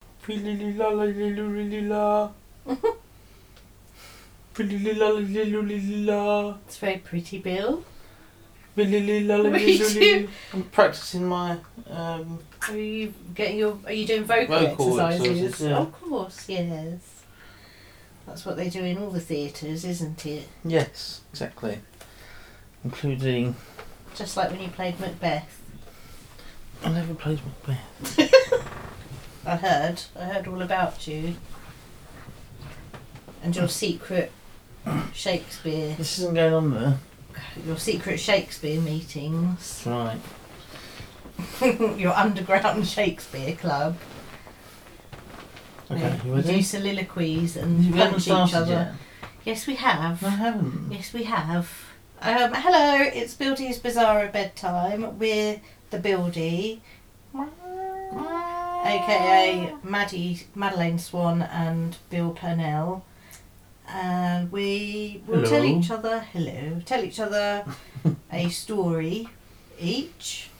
Pretty-li-la-la-li-lu-li-la. Pretty-li-la-la-li-lu-li-la. It's very pretty, Bill. Pretty-li-la-la-li-lu-li. I'm practicing my um, Are you getting your? Are you doing vocal, Vocal exercises? exercises, yeah. Of course, yes. That's what they do in all the theatres, isn't it? yes, exactly, including Just like when you played Macbeth. I never played Macbeth. I heard. I heard all about you. And your secret Shakespeare. This isn't going on there. Your secret Shakespeare meetings. Right. your underground Shakespeare club. Okay. Yeah. You We do ready? soliloquies You and haven't punch each started other. yet. Yes, we have. No, I haven't. Yes, we have. Um, hello, it's Buildy's Bizarro Bedtime. We're the Buildy, aka Maddie, Madeline Swan and Bill Purnell. And we will tell Hello. each other, hello, tell each other a story each.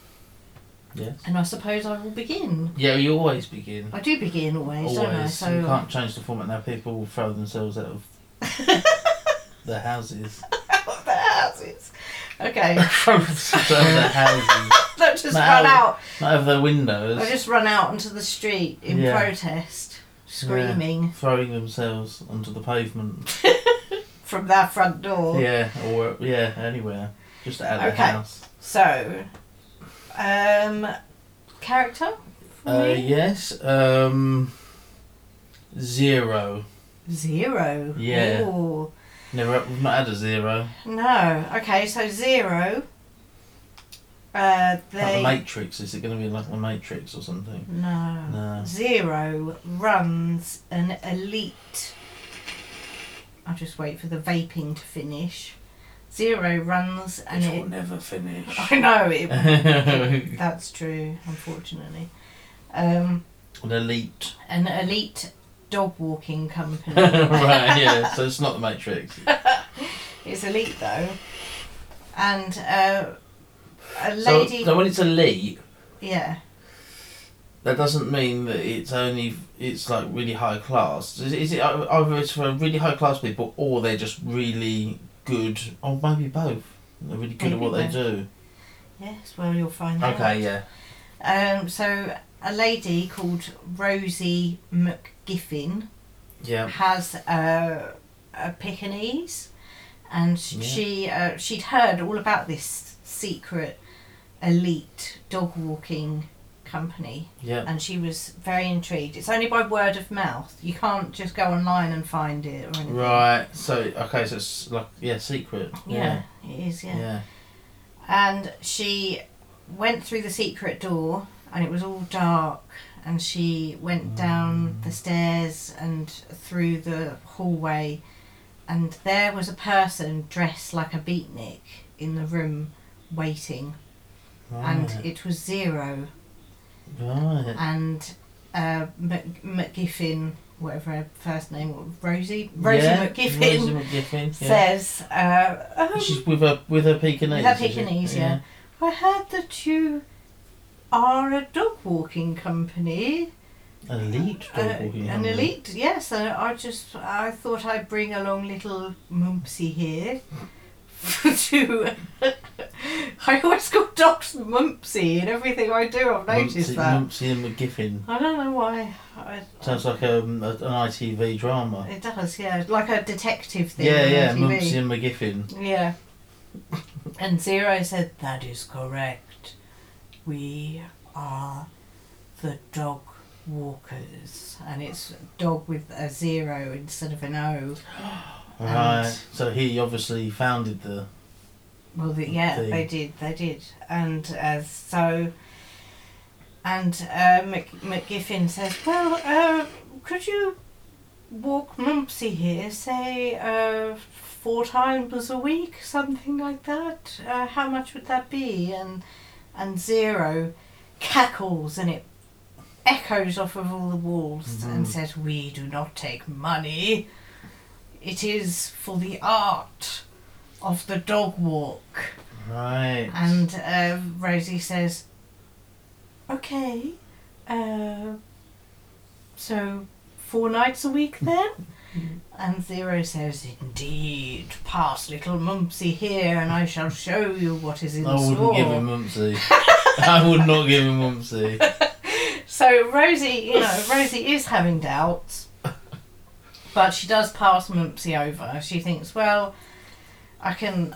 Yes. And I suppose I will begin. Yeah, you always begin. I do begin always, don't I? Always. So you can't change the format now. People will throw themselves out of their houses. What the hell is- Okay, throw themselves out of their houses. don't just Now- run out. Not out of their windows. I just run out onto the street in Yeah. protest, screaming Throwing themselves onto the pavement. from their front door. Yeah, or yeah, anywhere. Just out of Oh. Okay. the house. So, um, character? for Uh, me? yes. Um, zero. Zero. Yeah. Ooh. Never. We've not had a zero. No. Okay, so zero. Uh, Like the they. Matrix. Is it going to be like the Matrix or something? no. No. Zero runs an elite. I'll just wait for the vaping to finish. Zero runs an. Which will never finish. I know it An That's true, unfortunately. Um, elite. an elite dog walking company. right, yeah, so it's not the Matrix. it's elite though. And uh, a So, lady. so when it's elite, yeah. that doesn't mean that it's only, it's like really high class. Is, it- is it ei- either it's for really high class people or they're just really good, or maybe both? They're really good at Maybe what they both. do. Yes, well, you'll find out. Okay, yeah. Um, so, a lady called Rosie McGiffin Yeah. has a, a Pekingese, and sh- Yeah. she uh, she'd heard all about this secret elite dog walking company Yeah. and she was very intrigued. It's only by word of mouth. You can't just go online and find it or anything. Right, so, okay, so it's like, yeah, secret. Yeah, it is. Yeah. Yeah. yeah. And she went through the secret door, and it was all dark. And she Mm. went down the stairs and through the hallway, and there was a person dressed like a beatnik in the room, waiting. And Right. it was zero. right. and uh, Mc- McGiffin, whatever her first name was, Rosie, Rosie Yeah, McGiffin, Rosie McGiffin. Yeah. says, uh, um, She's with her with her Pekingese. with her is it? Pekingese, yeah. "Oh, I heard that you are a dog walking company, An elite uh, dog walking an company. elite, yes. And I just, I thought I'd bring along little Mumpsy here. to, I always call dogs Mumpsy in everything I do. I've noticed Mumpsy, that. Mumpsy and McGiffin. I don't know why. I, Sounds like um, a, an ITV drama. It does, yeah. Like a detective thing. Yeah, on yeah, TV. Mumpsy and McGiffin. Yeah. and Zero said, That is correct. We are the dog walkers. And it's dog with a zero instead of an O. Right. so he obviously founded the. Well, the, yeah, Thing. they did, they did. And uh, so. And uh, Mc, McGiffin says, Well, uh, could you walk Mumpsy here, say uh, four times a week, something like that? Uh, how much would that be? And, and Zero cackles and it echoes off of all the walls and Mhm. says, We do not take money. It is for the art of the dog walk. Right. And uh, Rosie says, "Okay, uh, So four nights a week then? Mm-hmm. and Zero says, Indeed, pass little Mumpsy here and I shall show you what is in I wouldn't store. give him Mumpsy. I would not give him Mumpsy. So Rosie, you know, Rosie is having doubts, but she does pass Mumpsy over. She thinks, well, I can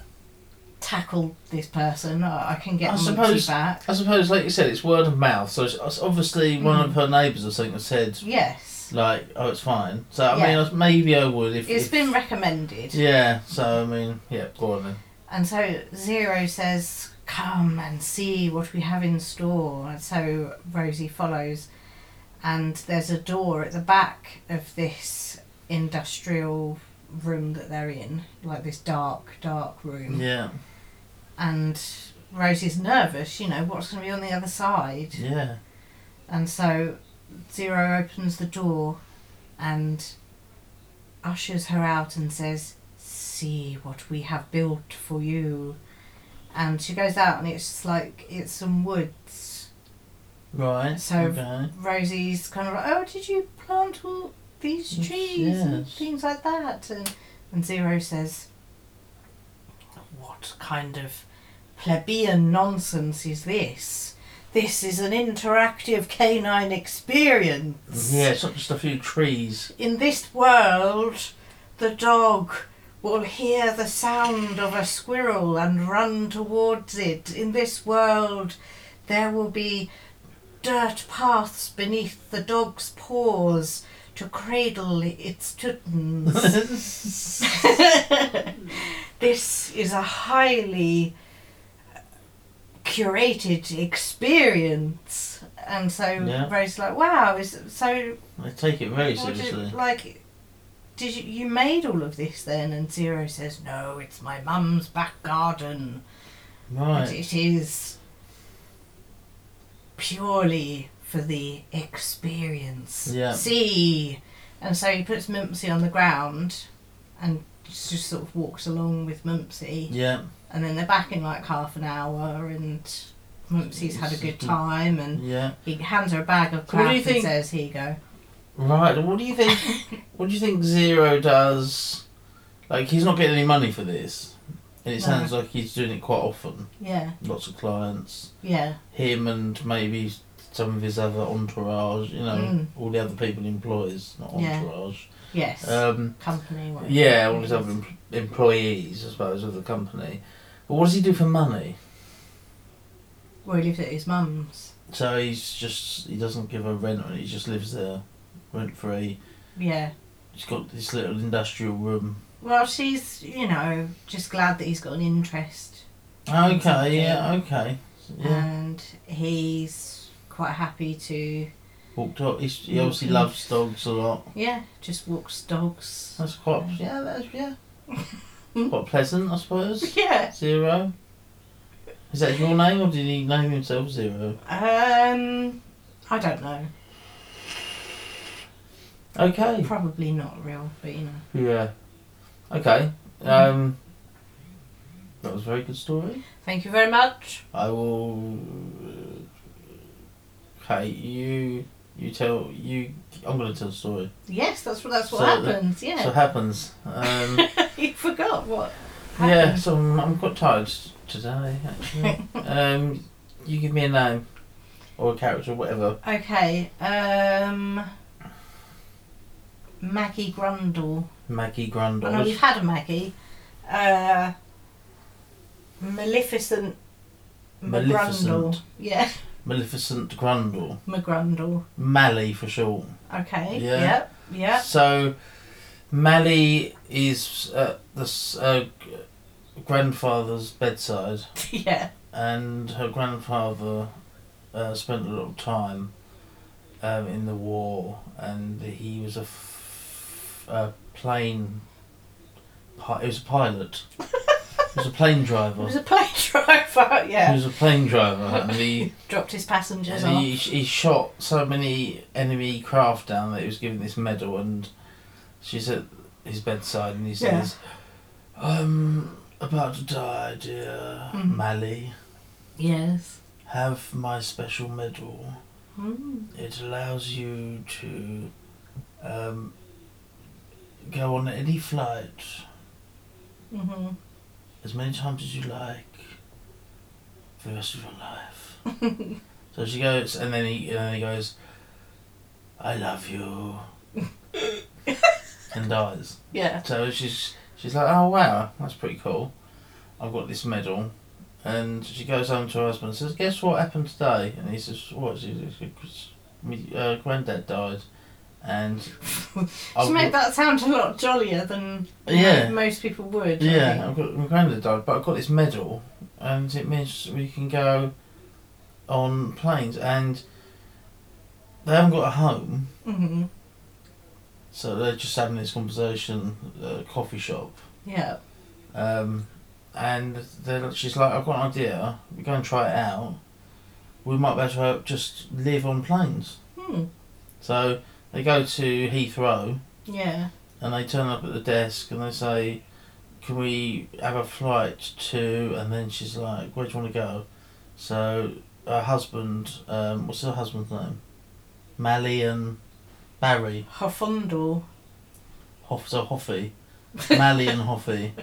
tackle this person. I I can get I Mumpsy suppose- back. I suppose, like you said, it's word of mouth. So it's, it's obviously one Mm. of her neighbours or something has said, Yes, like, oh, it's fine. So, I Yeah. mean, maybe I would if. it's if- been recommended, Yeah, so, I mean, yeah, go on then. and so Zero says, "Come and see what we have in store." And so Rosie follows, and there's a door at the back of this industrial room that they're in, like this dark, dark room. Yeah, and Rosie's nervous, you know, what's going to be on the other side? yeah. And so Zero opens the door and ushers her out and says, See what we have built for you. And she goes out and it's just like, it's some woods. Right. So- okay. Rosie's kind of like, Oh, did you plant all these Yes, trees and yes. things like that? And, and Zero says, What kind of plebeian nonsense is this? This is an interactive canine experience. Yeah, it's not just a few trees. In this world, the dog will hear the sound of a squirrel and run towards it. In this world, there will be dirt paths beneath the dog's paws to cradle its tuttons. this is a highly curated experience. And so Yeah. Rose's like, wow, is so They take it very well, did- seriously. like, did you, you made all of this then? And Zero says, no, it's my mum's back garden. But Right. it is purely for the experience. Yeah. See? And so he puts Mumpsy on the ground and just sort of walks along with Mumpsy. Yeah. And then they're back in like half an hour and Mumpsy's had a good Mhm. time and Yeah. he hands her a bag of So what do crap you and think- says, here you go. Right. What do you think? what do you think Zero does? Like he's not getting any money for this, and it No. sounds like he's doing it quite often. Yeah, Lots of clients, yeah. him and maybe some of his other entourage. You know, Mm. all the other people he employs, not Yeah. entourage. Yes. Um, Company. whatever. yeah, all his other em- employees, I suppose, of the company. But what does he do for money? Well, he lived at his mum's. So he's just he doesn't give a rent, or he just lives there, rent free. Yeah. He's got this little industrial room. Well, she's you know just glad that he's got an interest, Okay, yeah, okay, yeah. and he's quite happy to Walked up. He's, he obviously Mhm. loves dogs a lot. yeah just walks dogs. That's quite yeah. That's yeah. quite pleasant, I suppose. Yeah. Zero. Is that your name, or did he name himself Zero? Um, I don't know. Okay. Probably not real, but you know. Yeah. Okay. Um. That was a very good story. Thank you very much. I will. Okay, you you tell you. I'm gonna tell the story. Yes, that's what that's what So uh, the- happens. So Yeah. it happens. Um. you forgot what. Yeah, Happened. so I'm, I'm quite tired today, actually. um, you give me a name or a character, whatever. Okay. Um. Maggie Grundle. Maggie Grundle. I know we've had a Maggie. Uh, Maleficent. Maleficent. McGrundle. Yeah, Maleficent Grundle. McGrundle. Mally for short. Okay. Yeah. Yep. Yep. So, Mally is at the s- uh, g- grandfather's bedside, yeah. and her grandfather uh, spent a lot of time um, in the war, and he was a, f- a plane. Pi- he was a pilot. he was a plane It driver. was a plane driver. Oh. He Yeah. was a plane driver, and he Dropped his passengers and off. he, he shot so many enemy craft down that he was given this medal, and she's at his bedside, and he Yeah. says, "I'm about to die, dear Mhm. Mally." Yes. Have my special medal. Mm. It allows you to um, go on any flight Mm-hmm. as many times as you like for the rest of your life. so she goes, and then he, and then he goes, I love you, and dies. Yeah. So she's she's like, oh wow, that's pretty cool. I've got this medal, and she goes home to her husband and says, guess what happened today? And he says, what? She says, "'Cause me- uh, granddad died, and She made that sound a lot jollier than Oh, Yeah. mo- most people would. I Yeah, think. I've got my granddad died, but I've got this medal, and it means we can go on planes, and they haven't got a home, Mhm. so they're just having this conversation at a coffee shop, Yeah. um, and they're, she's like, "I've got an idea. We go and try it out. We might be able to uh, just live on planes." Hmm. So they go to Heathrow, Yeah. and they turn up at the desk and they say, "Can we have a flight to?" And then she's like, "Where do you want to go?" So her husband, um, what's her husband's name? Malian Barry Huffundle. Hoff. So Hoffy, Malian Hoffy.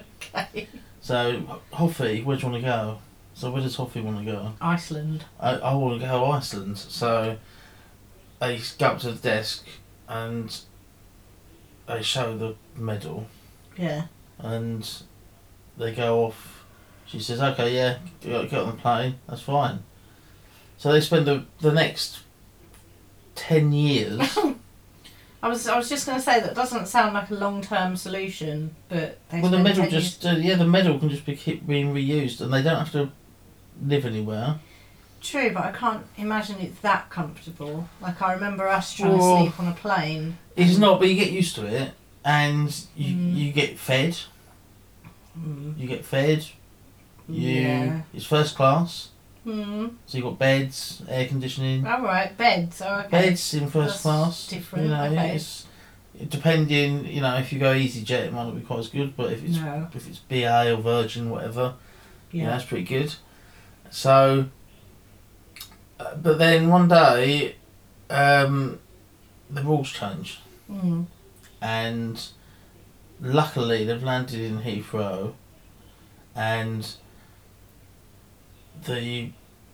So Hoffy, where do you want to go? So where does Hoffy want to go? Iceland. I, I want to go Iceland. So they go up to the desk and they show the medal. Yeah. and they go off. She says, "Okay, yeah, get get on the plane. That's fine." So they spend the the next ten years. I was I was just going to say that doesn't sound like a long term solution, but they well, the spend medal 10 years- just uh, yeah, the medal can just be keep being reused, and they don't have to live anywhere. true, but I can't imagine it's that comfortable. Like I remember us trying Well- to sleep on a plane. Oh. It's not, but you get used to it, and you Mm. you get fed. Mm. You get fed. You Yeah. it's first class, Hmm. so you have got beds, air conditioning. All right. Beds. Oh, okay. beds in first That's class. different, You know, okay. it's depending. You know, if you go EasyJet, it might not be quite as good, but if it's No. if it's BA or Virgin, whatever, yeah, Yeah. that's pretty good. So, uh, but then one day, um, the rules change, Mm. and luckily they've landed in Heathrow, and the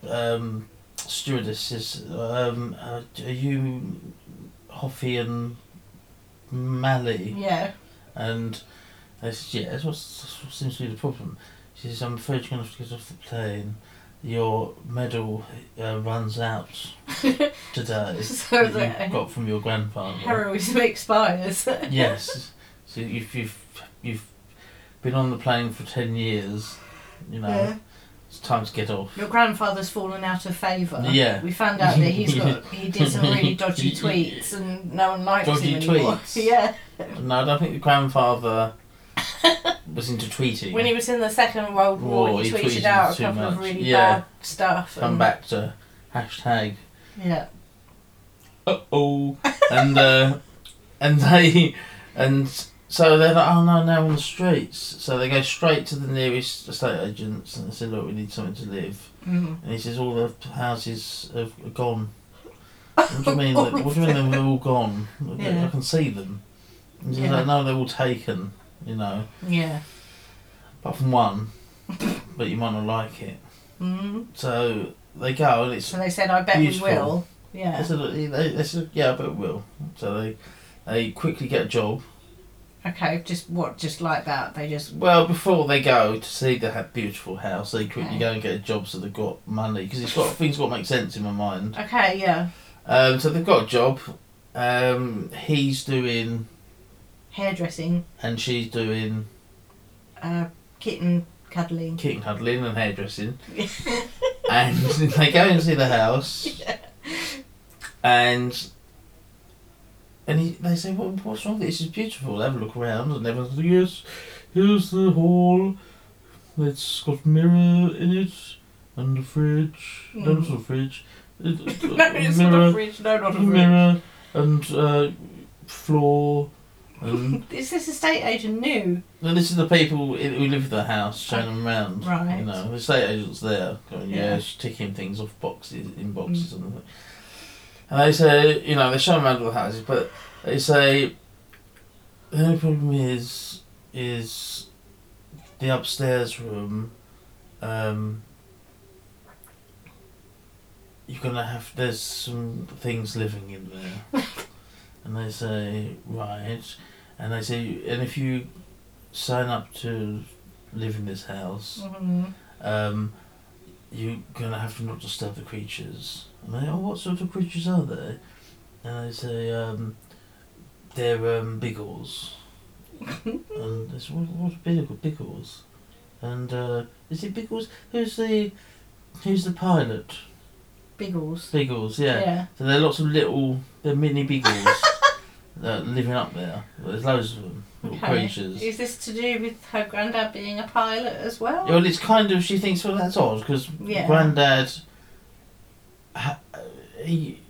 um, stewardess says, um, uh, "Are you Hoffy and Mally?" Yeah. And they said, yeah, that's what, that's what seems to be the problem. She says, I'm afraid you're going to have to get off the plane. Your medal uh, runs out today So that the- you got from your grandfather. Heroism expires. Yes. So if you've, you've been on the plane for 10 years, you know, Yeah. it's time to get off. Your grandfather's fallen out of favour. Yeah. We found out that he's got he did some really dodgy tweets and no one likes Dodgy him anymore. tweets? yeah. No, I don't think the grandfather was into tweeting. When he was in the Second World War, War, he, he tweeted tweeted out a too couple of much. really Yeah. bad stuff. Come and- back to hashtag Yeah. uh oh, and uh, and they and so they're like, oh no, now on the streets. So they go straight to the nearest estate agents and they say, look, we need something to live. Mm. And he says, all the houses have are gone. What do you mean? that- what do you mean they're all gone? Yeah. I can see them. And he's Yeah. like, no, they're all taken. You know, Yeah. apart from one, but you might not like it. Mm. So they go and it's So they said, "I bet Beautiful. we will." Yeah. They said, they, they said, yeah, but it will. So they, they quickly get a job. Okay. Just what? Just like that? They just. Well, before they go to see the ha- beautiful house, they quickly Okay. go and get a job so they've got money because it's got things got to make sense in my mind. Okay. Yeah. Um, so they've got a job. Um, he's doing Hairdressing. and she's doing Uh, kitten cuddling. kitten huddling and hairdressing, and they go and see the house, and. And he, they say, what, what's wrong with this? It's beautiful. They have a look around and everyone's like, yes, here's the hall. It's got a mirror in it and a fridge. No, it's not a fridge. It, uh, no, it's mirror, not a fridge. No, not a fridge. mirror and uh, floor. And, Is this estate agent new? and this is the people i- who live in the house showing them around. Right. You know, the estate agent's there going, Yeah. yes, ticking things off boxes, in boxes and And they say, you know, they show them around all the houses, but they say the only problem is is the upstairs room. Um, you're gonna have there's some things living in there, and they say right, and they say and if you sign up to live in this house, Mhm. um, you're gonna have to not disturb the creatures. And they, oh, what sort of creatures are they? And they say, um, they're um, biggles. and they say, what, what's biggle, biggles? And uh, is it biggles? Who's the who's the pilot? Biggles. Biggles, yeah. So there are lots of little, they're mini beagles that are living up there. There's loads of them, little Okay. creatures. Is this to do with her granddad being a pilot as well? Well, it's kind of. She thinks, well, that's odd because Yeah. Grandad, ha- he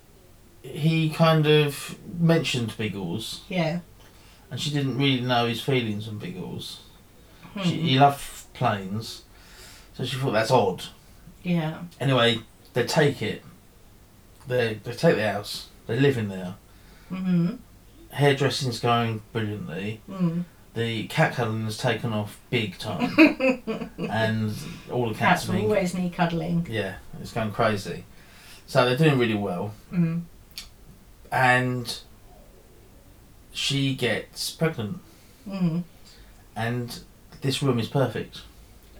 he kind of mentioned Biggles, Yeah. and she didn't really know his feelings on Biggles. Hmm. She, he loved planes, so she thought that's odd. yeah. Anyway, they take it. They they take the house. They live in there. Mm-hmm. Mm. Hairdressing's going brilliantly. The cat cuddling has taken off big time, and all the cats, Cats are being always need cuddling. Yeah, it's going crazy. So they're doing really well, Mm. and she gets pregnant, Mm. and this room is perfect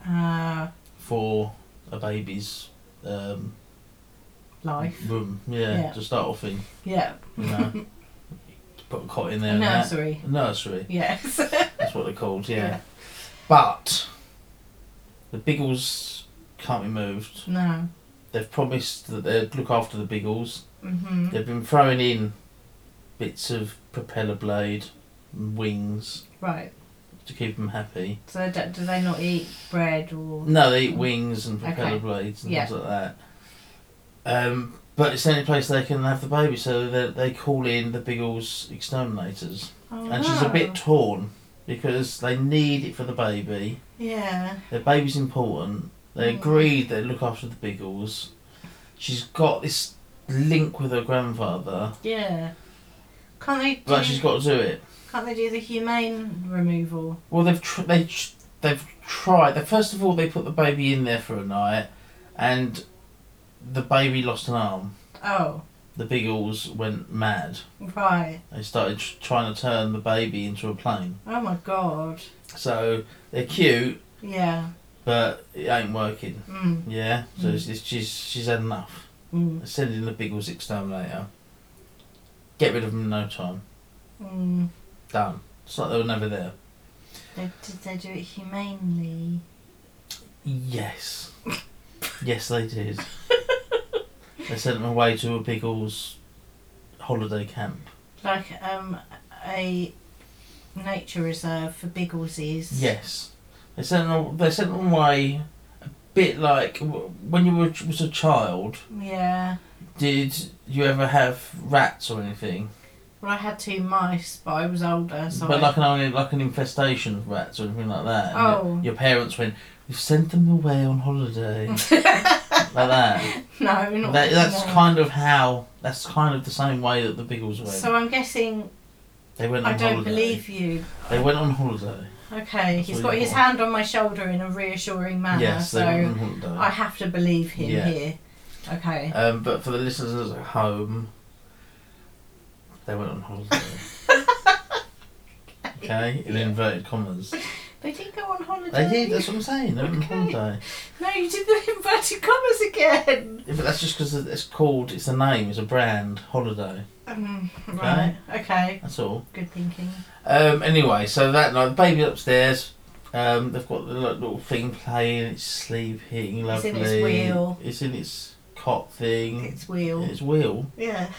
Uh, for a baby's um, life. room. Yeah, Yeah. to start off in, Yeah. you know, put a cot in there. and that. Nursery. A nursery. Yes. That's what they're called. Yeah. Yeah. but the Biggles can't be moved. no. They've promised that they'd look after the Biggles. Mm-hmm. They've been throwing in bits of propeller blade, and wings Right. to keep them happy. So do, do they not eat bread or? No, they eat wings and propeller Okay. blades and Yeah. things like that. Um, but it's the only place they can have the baby, so they, they call in the Biggles exterminators. Oh, And she's a no. bit torn because they need it for the baby. Yeah. Their baby's important. They Mm. agreed they'd look after the Biggles. She's got this link with her grandfather, Yeah. Can't they do? but she's got to do it. Can't they do the humane removal? Well, they've tr- they tr- they've tried. They, first of all, they put the baby in there for a night, and the baby lost an arm. Oh, The Biggles went mad. right. They started tr- trying to turn the baby into a plane. Oh my god. So they're cute, Yeah. but it ain't working. Mm. Yeah. So Mm. it's, it's, she's she's had enough. Mm. They're sending the Biggles exterminator. Get rid of them in no time. Mm. Done. It's like they were never there. They, did they do it humanely? Yes. yes, they did. they sent them away to a Biggles holiday camp. Like um a nature reserve for bigglesies. Yes. They sent them, they sent them away a bit like w- when you were, was a child. Yeah. Did you ever have rats or anything? Well, I had two mice, but I was older, so. But I- like an like an infestation of rats or anything like that. and Oh. Your, your parents went. We've sent them away on holiday. like that. no, not that that's no. kind of how. That's kind of the same way that the Biggles went. So I'm guessing they went on I don't holiday. believe you. They went on holiday. Okay, That's he's what got you his want. hand on my shoulder in a reassuring manner, yes, they went Uh-huh, so on holiday. I have to believe him Yeah. here. Okay. Um, but for the listeners at home, they went on holiday. okay, in inverted commas. They did go on holiday. They did. That's what I'm saying. They went on Okay. holiday. No, you did the inverted commas again. Yeah, but that's just because it's called. It's a name. It's a brand. Holiday. Um, right. Okay. That's all. Good thinking. Um, anyway, so that night, the baby upstairs. Um, they've got the li- little thing playing. It's sleeping. It's Lovely. in its wheel. It's in its cot thing. It's wheel. Its wheel. Yeah.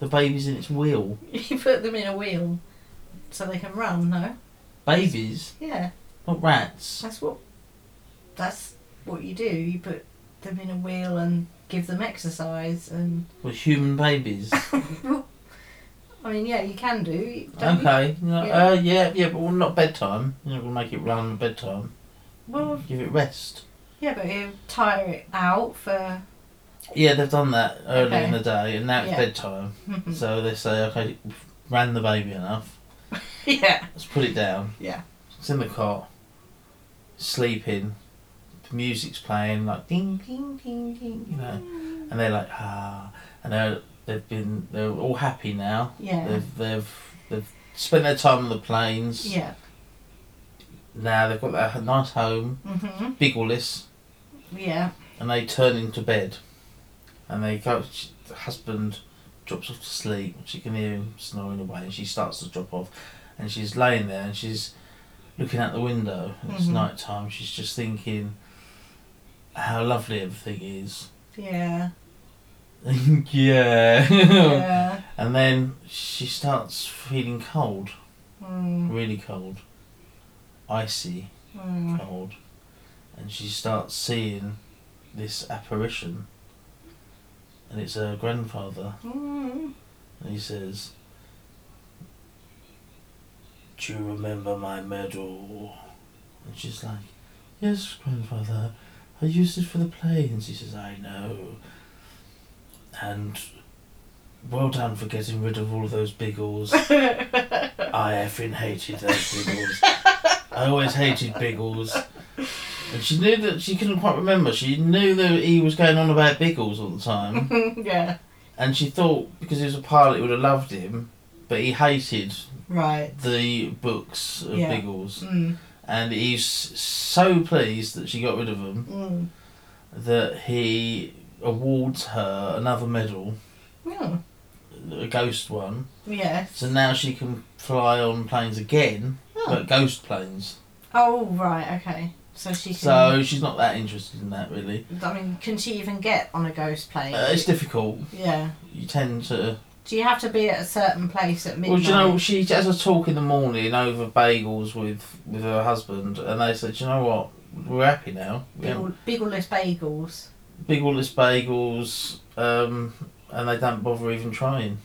The baby's in its wheel. You put them in a wheel so they can run, no? Babies, Yeah. not rats. That's what that's what you do. You put them in a wheel and give them exercise and Well, human babies. I mean, yeah, you can do. Don't you? okay. No, Yeah. Uh, yeah, yeah, but well, not bedtime. You're not going to make it run at bedtime. Well, Give it rest. yeah, but you tire it out for Yeah, they've done that early in Okay. the day, and now it's Yeah. Mm. bedtime. So they say, okay, we've ran the baby enough. yeah. Let's put it down. Yeah. It's in the cot, sleeping. The music's playing, like ding, ding, ding, ding, you know. And they're like, ah. And they're, they've been, they're all happy now. Yeah. They've, they've, they've spent their time on the plains. Yeah. Now they've got their nice home, hmm big Willis. Yeah. and they turn into bed, and they go. She, the husband drops off to sleep. She can hear him snoring away, and she starts to drop off, and she's laying there and she's looking out the window. and It's Mhm. night time. She's just thinking how lovely everything is. Yeah. yeah. Yeah. And then she starts feeling cold, Mm. really cold, icy Mm. cold, and she starts seeing this apparition, and it's her grandfather, Mm. and he says, "Do you remember my medal?" And she's like, "Yes, grandfather, I used it for the planes." He says, "I know, and." Well done for getting rid of all those biggles. I effing hated those biggles. I always hated biggles. And she knew that she couldn't quite remember. She knew that he was going on about biggles all the time. yeah. and she thought because he was a pilot, he would have loved him. But he hated Right. the books of Yeah. Biggles. Mm. And he's so pleased that she got rid of them Mm. that he awards her another medal, Mm. a ghost one. Yes. So now she can fly on planes again, Oh. but ghost planes. oh, right. Okay. So she can. So she's not that interested in that really. I mean, can she even get on a ghost plane? Uh, it's difficult. yeah. You tend to. Do you have to be at a certain place at midnight? Well, do you know she has a talk in the morning over bagels with with her husband, and they said, "Do you know what? We're happy now. We Biggle, have biggleless bagels. big all this bagels, um, and they don't bother even trying.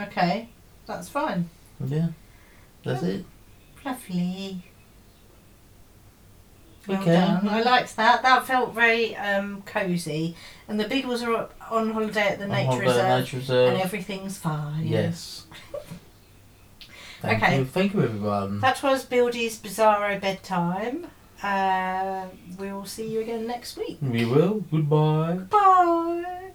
Okay, that's fine. Yeah, that's it. Lovely. Well Okay. done. I liked that. That felt very um, cosy. And the Beagles are up on holiday at the On nature holiday at reserve, Nature and reserve. everything's fine. Yes. Thank Okay. You. Thank you, everyone. That was Buildy's Bizarro Bedtime. Uh, we will see you again next week. We will. Goodbye. Bye.